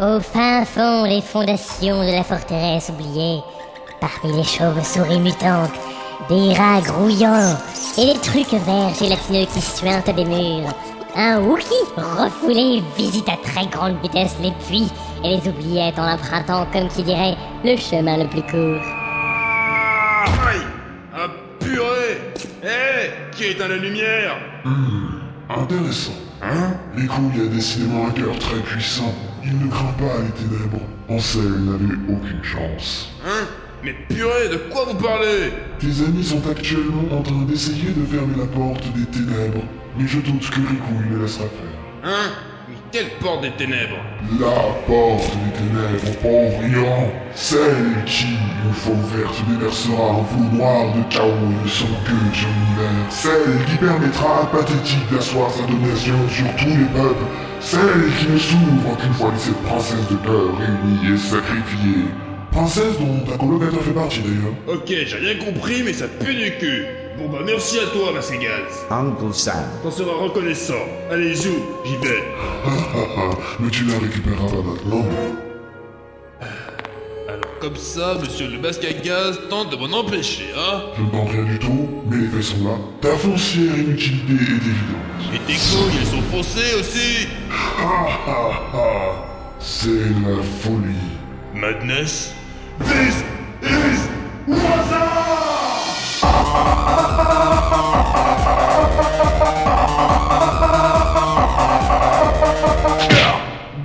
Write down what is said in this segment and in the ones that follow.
Au fin fond des fondations de la forteresse oubliée, parmi les chauves-souris mutantes, des rats grouillants et des trucs verts gélatineux qui suintent des murs, un Wookie refoulé visite à très grande vitesse les puits et les oubliettes en empruntant, comme qui dirait, le chemin le plus court. Ah, aïe Ah purée Hé Qui éteint la lumière Intéressant, hein Les a décidément un cœur très puissant. Il ne craint pas les ténèbres. Ansel n'avait aucune chance. Hein Mais purée, de quoi vous parlez Tes amis sont actuellement en train d'essayer de fermer la porte des ténèbres, mais je doute que Ricouille les laissera faire. Hein Mais quelle porte des ténèbres La porte des ténèbres, pauvre Ian, celle qui, une fois ouverte, déversera un flot noir de chaos et de son gueule sur l'univers, celle qui permettra à Pathétique d'asseoir sa domination sur tous les peuples, celle qui ne s'ouvre qu'une fois les sept princesses de cœur réunies et sacrifiées. Princesse dont ta colocataire fait partie d'ailleurs. Ok, j'ai rien compris, mais ça pue du cul Bon bah merci à toi, ma ségaz. Uncle Sam. T'en seras reconnaissant. Allez, joue, j'y vais. mais tu la récupéreras pas maintenant. Alors comme ça, monsieur le masque à gaz tente de m'en empêcher, hein Je ne pense rien du tout, mais les faits sont là. Ta foncière inutilité est évidente. Et tes couilles, elles sont foncées aussi Ah ah ah C'est la folie. Madness This is Waza!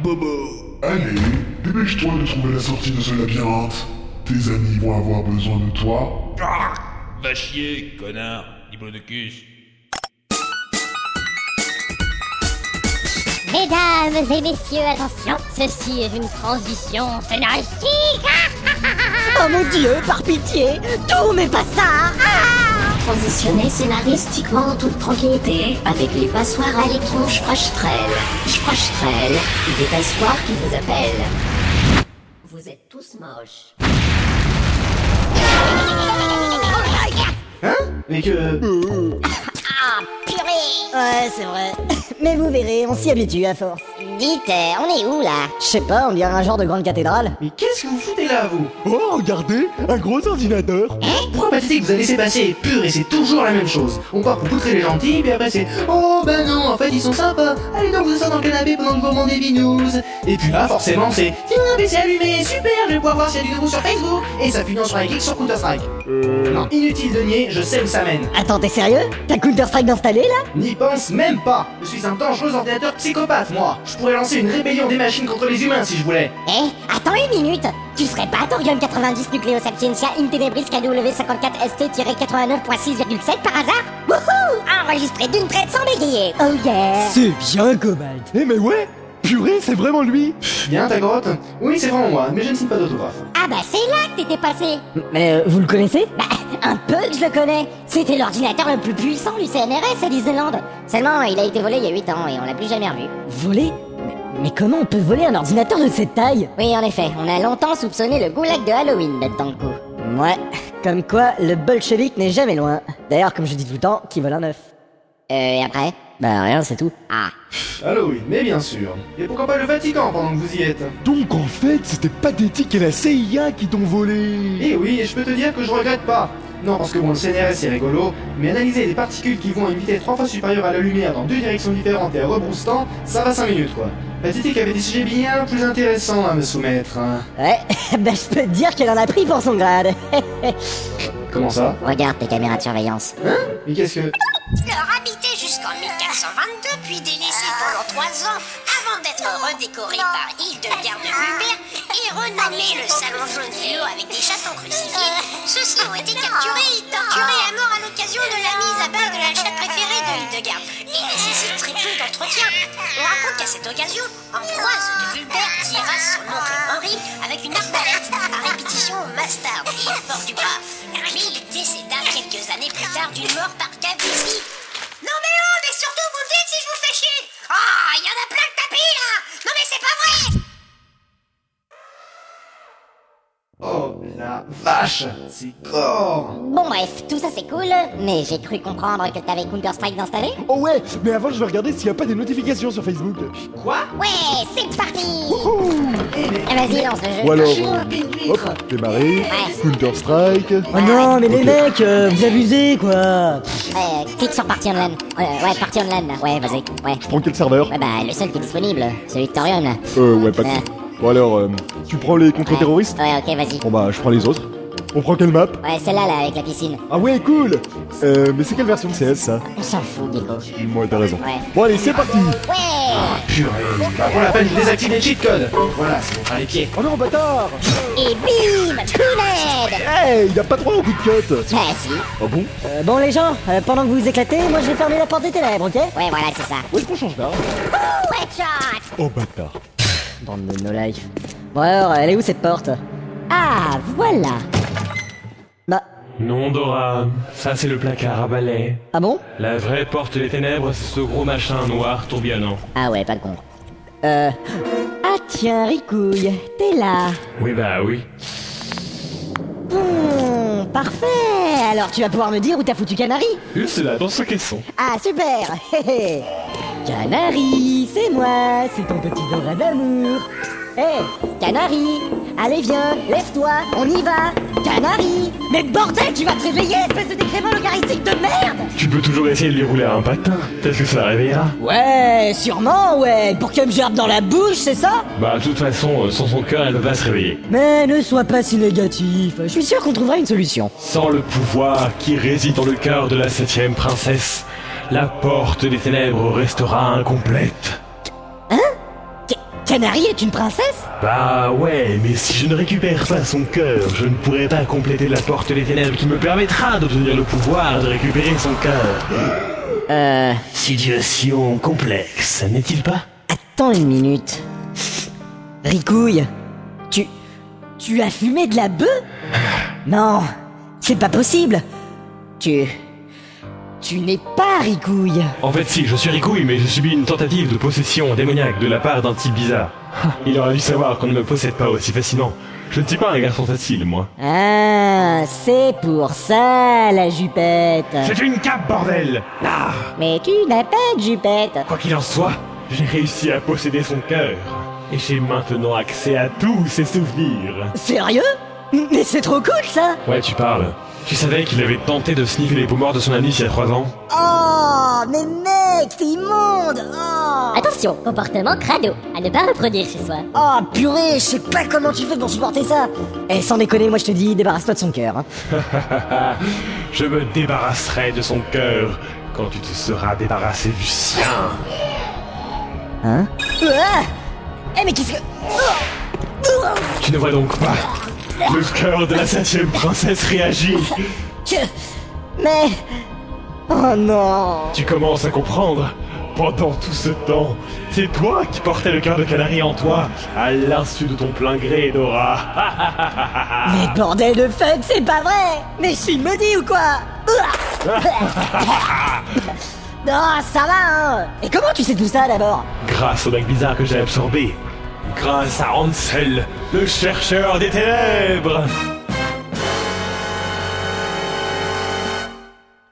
Bobo Allez, dépêche-toi de trouver la sortie de ce labyrinthe. Tes amis vont avoir besoin de toi. Va chier, connard, libre de cul. Mesdames et messieurs, attention, ceci est une transition scénaristique. Oh mon dieu, par pitié, tout mais pas ça Transitionner scénaristiquement en toute tranquillité avec les passoires à électrons Sprachtrel. Sprachtrel, des passoires qui vous appellent. Vous êtes tous moches. Mais Euh. que. Ouais, c'est vrai. Mais vous verrez, on s'y habitue à force. Dites, euh, on est où là Je sais pas, on dirait un genre de grande cathédrale. Mais qu'est-ce que vous foutez là, vous Hein Oh, regardez, un gros ordinateur. Pourquoi Patrick vous a laissé passer Pur et c'est toujours la même chose. On part pour poutrer les gentils, puis après c'est Oh bah non, en fait ils sont sympas. Allez donc vous asseoir dans le canapé pendant que vous mandez news. Et puis là, forcément, c'est Tiens, mais c'est allumé, super, je vais pouvoir voir s'il y a du nouveau sur Facebook. Et ça finance sur un clic sur Counter-Strike. Euh. Non, inutile de nier, je sais où ça mène. Attends, t'es sérieux T'as Counter-Strike d'installer là N'y pense même pas Je suis un dangereux ordinateur psychopathe, moi Je pourrais lancer une rébellion des machines contre les humains si je voulais Eh, attends une minute Tu serais pas Thorium 90 Nucleo Sapientia in Tenebris E KW54ST-89.6,7 par hasard Wouhou Enregistré d'une traite sans bégayer Oh yeah C'est bien, Cobalt. Eh, mais ouais, purée, c'est vraiment lui. Bien ta grotte Oui, c'est vraiment moi, mais je ne signe pas d'autographe. Ah bah c'est là que t'étais passé Mais euh, vous le connaissez Bah, un peu que je le connais C'était l'ordinateur le plus puissant du CNRS à l'Islande Seulement, il a été volé il y a 8 ans et on l'a plus jamais revu. Voler mais, mais comment on peut voler un ordinateur de cette taille Oui, en effet, on a longtemps soupçonné le goulag de Halloween d'être dans le coup. Ouais, comme quoi le bolchevique n'est jamais loin. D'ailleurs, comme je dis tout le temps, qui vole un œuf Euh, et après Bah rien, c'est tout. Ah, Halloween, mais bien sûr. Et pourquoi pas le Vatican pendant que vous y êtes Donc, en fait, c'était Pathétique et la CIA qui t'ont volé. Eh oui, et je peux te dire que je regrette pas. Non, parce que bon, le CNRS c'est rigolo, mais analyser des particules qui vont à une vitesse trois fois supérieure à la lumière dans deux directions différentes et à rebrousse temps, ça va 5 minutes quoi. Pathétique avait des sujets bien plus intéressants à me soumettre. hein. Ouais, bah je peux te dire qu'elle en a pris pour son grade. Comment ça regarde tes caméras de surveillance. Mais qu'est-ce que. Leur habité jusqu'en 1422, puis délaissé pendant trois ans, avant d'être redécoré par Yves de Garde-Hubert et renommé le Salon Jaune Fluo avec des chatons crucifiés, ceux-ci ont été capturés et torturés à mort à l'occasion de la mise à bas de la chatte préférée de Hildegarde et nécessite très peu d'entretien. On raconte qu'à cette occasion, Ambroise de Vulbert tira son oncle Henri avec une arbalète à répétition au mastard et à bord du bras. Mais il décéda quelques années plus tard d'une mort par calvitie. Non mais oh, mais surtout vous me dites si je vous fais chier Ah, il y en a plein de tapis là Non mais c'est pas vrai Oh la vache C'est gore Bon bref, tout ça c'est cool, mais j'ai cru comprendre que t'avais Counter-Strike d'installer Oh ouais, mais avant, je vais regarder s'il n'y a pas des notifications sur Facebook. Quoi Ouais, c'est parti Ouh. Ah, Vas-y, lance le jeu. Ou alors, Chinois, euh, une huître. hop, démarrer, Counter-Strike. Oh non, mais les mecs, euh, vous abusez quoi Ouais, euh, clique sur partie online. Euh, ouais, partie online, là. Ouais, vas-y. Ouais. Je prends quel serveur Ouais, bah, le seul qui est disponible, celui de Thorium, là. Euh, ouais, pas de... Ouais. Bon alors, euh, tu prends les contre-terroristes Ouais, ok, vas-y. Bon bah, je prends les autres. On prend quelle map Ouais, celle-là, là, avec la piscine. Ah ouais, cool Euh, mais c'est quelle version de CS, ça On s'en fout, Gecko. Moi, t'as raison. Ouais. Bon allez, c'est parti Ouais Pour la peine, je désactive les cheat codes. Voilà, c'est par les pieds. Oh non, bâtard Et bim Grenade Hey, Eh, y a pas droit au coup de cut Bah, si. Ah bon Euh, Bon les gens, euh, pendant que vous vous éclatez, moi je vais fermer la porte des ténèbres, ok Ouais, voilà, c'est ça. Où est-ce qu'on change d'arme Headshot Oh bâtard Bande de no life. Bon alors, elle est où cette porte Ah, voilà Bah, Non, Dora, ça c'est le placard à balai. ah bon La vraie porte des ténèbres, c'est ce gros machin noir tourbillonnant. Ah ouais, pas de con. Euh... Ah tiens, Ricouille, t'es là Oui, bah oui. Bon, Hmm, parfait Alors tu vas pouvoir me dire où t'as foutu Canary c'est là, dans ce caisson. Ah super Hé, hé. Canary, c'est moi, c'est ton petit Dora d'amour Hé, Canary Allez viens, lève-toi, on y va Canary Mais bordel, tu vas te réveiller, espèce de décrément eucharistique de merde Tu peux toujours essayer de les rouler à un patin. Peut-être que ça réveillera. Ouais, sûrement, ouais Pour qu'elle me gerbe dans la bouche, c'est ça Bah, de toute façon, euh, sans son cœur, elle va se réveiller. Mais ne sois pas si négatif, je suis sûr qu'on trouvera une solution. Sans le pouvoir qui réside dans le cœur de la septième princesse, la porte des ténèbres restera incomplète. Ca- Canary est une princesse Bah ouais, mais si je ne récupère pas son cœur, je ne pourrai pas compléter la porte des ténèbres qui me permettra d'obtenir le pouvoir de récupérer son cœur. Euh... Situation complexe, n'est-il pas Attends une minute. Ricouille, tu. Tu as fumé de la bœuf Non, c'est pas possible Tu. Tu n'es pas Ricouille En fait, si, je suis Ricouille, mais je subis une tentative de possession démoniaque de la part d'un type bizarre. Ha, Il aurait dû savoir qu'on ne me possède pas aussi facilement. Je ne suis pas un garçon facile, moi. Euh, Ah, c'est pour ça la jupette C'est une cape, bordel Là Mais tu n'as pas de jupette Quoi qu'il en soit, j'ai réussi à posséder son cœur. Et j'ai maintenant accès à tous ses souvenirs. Sérieux Mais c'est trop cool ça Ouais, tu parles. Tu savais qu'il avait tenté de sniffer les peaux mortes de son ami il y a trois ans Oh, mais mec, c'est immonde oh. Attention, comportement crado, à ne pas reproduire chez soi. Oh purée, je sais pas comment tu fais pour supporter ça Eh sans déconner, moi je te dis, débarrasse-toi de son cœur. hein. Je me débarrasserai de son cœur quand tu te seras débarrassé du sien. Ah Eh mais qu'est-ce que... Tu ne vois donc pas Le cœur de la septième princesse réagit que- Mais... Oh non Tu commences à comprendre Pendant tout ce temps, c'est toi qui portais le cœur de Canary en toi, à l'insu de ton plein gré, Dora. Mais bordel de fuck, c'est pas vrai Mais je suis maudit ou quoi Non, ça va hein Et comment tu sais tout ça d'abord Grâce au mec bizarre que j'ai absorbé. Grâce à Ansel, le chercheur des ténèbres.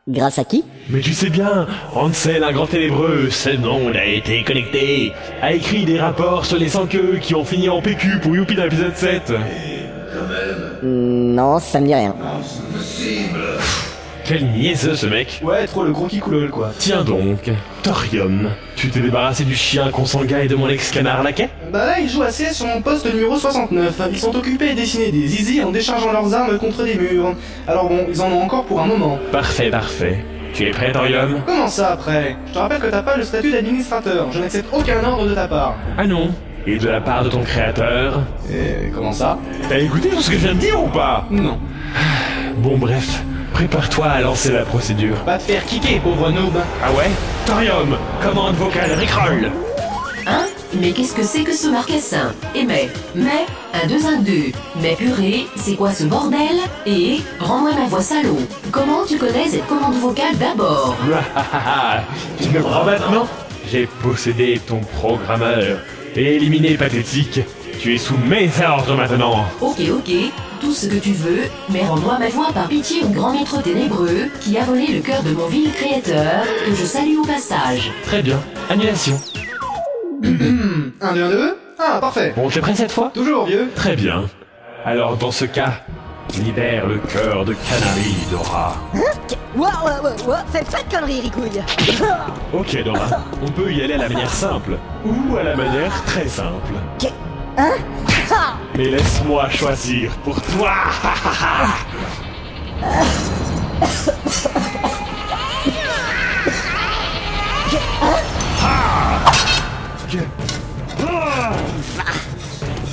Grâce à qui Mais tu sais bien, Ansel, un grand ténébreux, ce nom a été connecté, a écrit des rapports sur les sans queues qui ont fini en PQ pour Youpi dans l'épisode 7. Hmm, Non, ça me dit rien. Quel niaiseux ce mec Ouais, trop le gros qui coule quoi. Tiens donc, Thorium, tu t'es débarrassé du chien consanguin et de mon ex-canard laquais Bah là, ils jouent assez sur mon poste numéro 69. Ils sont occupés à dessiner des zizi en déchargeant leurs armes contre des murs. Alors bon, ils en ont encore pour un moment. Parfait, parfait. Tu es prêt, Thorium Comment ça après Je te rappelle que t'as pas le statut d'administrateur. Je n'accepte aucun ordre de ta part. Ah non. Et de la part de ton créateur Et comment ça T'as écouté tout ce que je viens de dire ou pas Non. Bon bref, prépare-toi à lancer la procédure. Va te faire kicker, pauvre noob. Ah ouais Thorium, commande vocale Rickroll Hein Mais qu'est-ce que c'est que ce marcassin Et mais, mais, un 2 1 2. Mais purée, c'est quoi ce bordel Et, rends-moi ma voix salaud. Comment tu connais cette commande vocale d'abord Ah, tu me prends maintenant J'ai possédé ton programmeur. Et éliminé Pathétique, tu es sous mes ordres maintenant. Ok, ok, tout ce que tu veux, mais rends-moi ma voix par pitié au grand maître ténébreux qui a volé le cœur de mon vil créateur, que je salue au passage. Très bien, annulation. Un 2 1 2 Ah, parfait. Bon, t'es prêt cette fois Toujours, vieux. Très bien. Alors, dans ce cas, libère le cœur de Canary, Dora. Waouh, waouh, waouh, waouh, fais pas de conneries, Ricouille Ok, Dora, on peut y aller à la manière simple ou à la manière très simple. Hein Mais laisse-moi choisir pour toi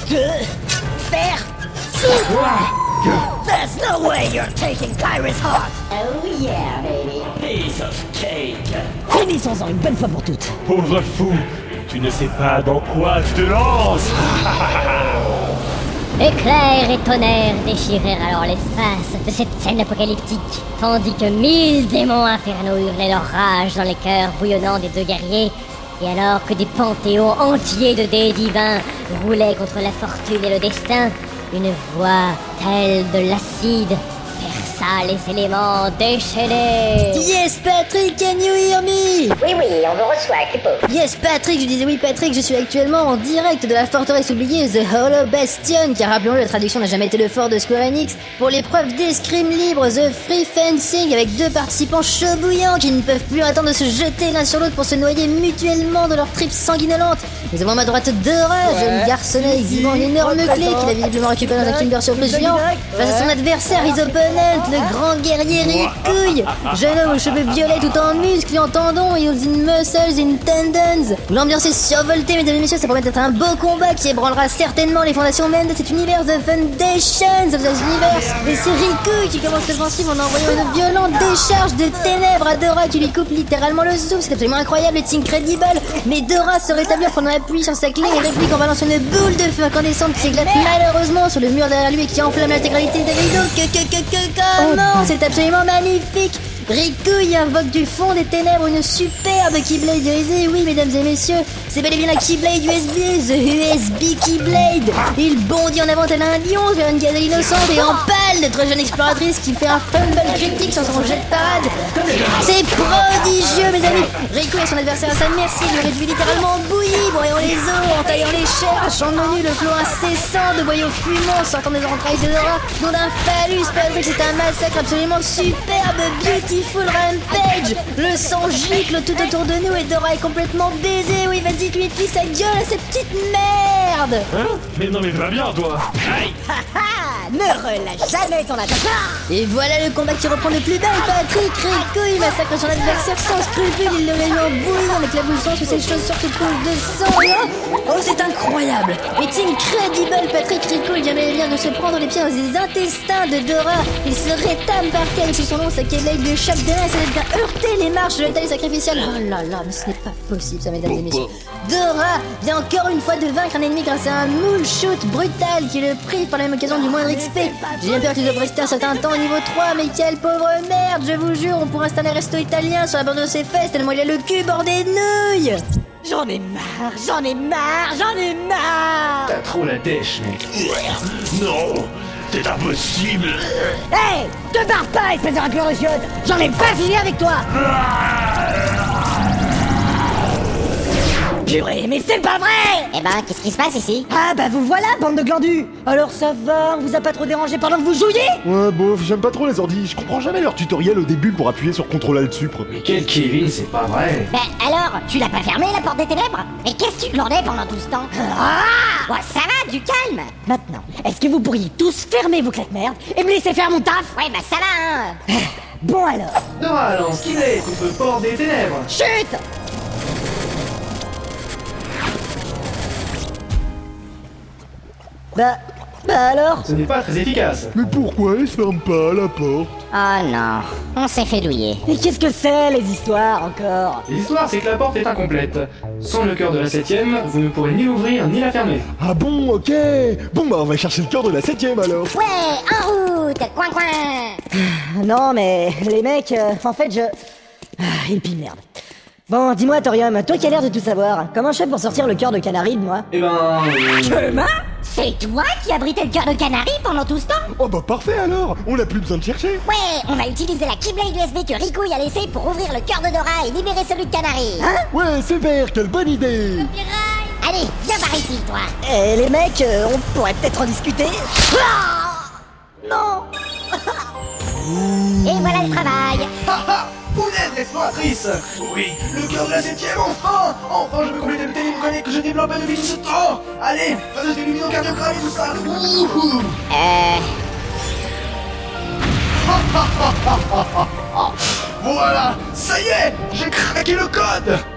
Faire There's no way you're taking Kyrie's heart Oh yeah, baby. Piece of cake Finissons-en une bonne fois pour toutes Pauvre fou Tu ne sais pas dans quoi je te lance Éclairs et tonnerres déchirèrent alors l'espace de cette scène apocalyptique, tandis que mille démons infernaux hurlaient leur rage dans les cœurs bouillonnants des deux guerriers, et alors que des panthéons entiers de dés divins roulaient contre la fortune et le destin, une voix telle de l'acide perça les éléments déchaînés. Yes, Patrick, can you hear me Oui, oui, on vous reçoit, Clippo. Yes, Patrick, je disais oui, Patrick, je suis actuellement en direct de la forteresse oubliée, The Hollow Bastion, car rappelons-le, la traduction n'a jamais été le fort de Square Enix, pour l'épreuve d'escrime libre, The Free Fencing, avec deux participants chebouillants qui ne peuvent plus attendre de se jeter l'un sur l'autre pour se noyer mutuellement de leurs tripes sanguinolentes. Nous avons à ma droite Dora, jeune garçonnet exhibant une énorme clé qu'il a visiblement récupérée dans un Kinder Surprise géant, face à son adversaire, his opponent, le grand guerrier Rikouille, jeune homme aux cheveux violets tout en muscles et en tendons et aux in muscles in tendons. L'ambiance est survoltée, mesdames et messieurs, ça promet d'être un beau combat qui ébranlera certainement les fondations même de cet univers The Foundations of the Universe. Et c'est Rikouille qui commence l'offensive en envoyant une violente décharge de ténèbres à Dora qui lui coupe littéralement le souffle. C'est absolument incroyable, c'est incredible. Mais Dora se rétablit en prenant appui sur sa clé et réplique en balançant une boule de feu incandescente qui s'éclate malheureusement sur le mur derrière lui et qui enflamme l'intégralité des rideaux. Que, que, que, que, comment C'est absolument magnifique Ricouille invoque du fond des ténèbres une superbe Keyblade USB. Oui, mesdames et messieurs, c'est bel et bien la Keyblade USB, The USB Keyblade. Il bondit en avant tel un lion vers une gazelle innocente et empale notre jeune exploratrice qui fait un fumble critique sur son jet de parade. C'est prodigieux, mes amis. Ricouille et son adversaire à sa merci lui réduit littéralement en bouillie, broyant les os, en taillant les chairs, chantant nu le flot incessant de boyaux fumants sortant des entrailles de Dora, dont d'un phallus. Patrick, c'est un massacre absolument superbe, beauty Full Rampage Le sang gicle tout autour de nous et Dora est complètement baisée. Oui, vas-y, lui plie sa gueule à cette petite merde Hein Mais non mais va bien toi Aïe Haha Ne relâche jamais ton attaque Et voilà le combat qui reprend de plus belle. Patrick Rico, il massacre son adversaire sans scrupule. Il le réunit en bouillon avec la boule sang sous ses chaussures qui coulent de sang. Et Oh, oh, c'est incroyable It's incredible Patrick Rico, il vient bel et bien de se prendre les pieds dans les intestins de Dora. Il se rétame par terre et sous son nom, sa québec de chape de l'air, elle vient heurter les marches de l'autel sacrificiel. Oh là là, mais ce n'est pas possible ça, mesdames et messieurs. Dora vient encore une fois de vaincre un ennemi grâce à un moule shoot brutal qui le prive par la même occasion du moindre XP. J'ai bien peur qu'il devrait rester un certain temps au niveau 3, mais quelle pauvre merde, je vous jure, on pourrait installer un resto italien sur la bande de ses fesses tellement il a le cul bordé de nouilles. J'en ai marre, j'en ai marre, j'en ai marre T'as trop la dèche mec Non C'est impossible Hé Te barre pas, espèce de raclure chiottes J'en ai pas fini avec toi Purée, mais c'est pas vrai Eh ben, qu'est-ce qui se passe ici Ah bah vous voilà, bande de glandus Alors ça va, on vous a pas trop dérangé pendant que vous jouiez Ouais, bof, j'aime pas trop les ordi. Je comprends jamais leur tutoriel au début pour appuyer sur CTRL alt supre. Mais quel Kevin, c'est pas vrai. Ben alors, tu l'as pas fermé la porte des ténèbres Mais qu'est-ce que tu glandais pendant tout ce temps Ah Bon, Oh, ça va, du calme Maintenant, est-ce que vous pourriez tous fermer vos claques-merdes et me laisser faire mon taf Ouais, bah ça va, hein Bon alors Dora lance Keyblade contre Porte des Ténèbres. Chut Bah... Bah alors Ce n'est pas très efficace. Mais pourquoi ils se ferment pas la porte Oh non, on s'est fait douiller. Mais qu'est-ce que c'est les histoires encore L'histoire, c'est que la porte est incomplète. Sans le cœur de la septième, vous ne pourrez ni l'ouvrir ni la fermer. Ah bon, ok Bon bah on va chercher le cœur de la septième alors Ouais, en route Coin, coin Ah Non mais les mecs, euh, en fait je... Ah, Et puis merde. Bon, dis-moi Thorium, toi qui as l'air de tout savoir, comment je fais pour sortir le cœur de Canary de moi Eh ben. euh, C'est toi qui abritais le cœur de canari pendant tout ce temps Oh bah parfait alors On n'a plus besoin de chercher Ouais, on a utilisé la Keyblade USB que Ricouille a laissée Hein pour ouvrir le cœur de Dora et libérer celui de Canary. Ouais, super, quelle bonne idée Piraille Allez, viens par ici, toi Eh les mecs, euh, on pourrait peut-être en discuter. Ah non Et voilà le travail Poulette, l'exploratrice Oui, le cœur de la septième, enfin Enfin, je peux compléter le téléphone que je développe depuis tout ce temps Allez, faisons des luminocardiogramme et tout ça Wouhou Euh... Voilà, ça y est, j'ai craqué le code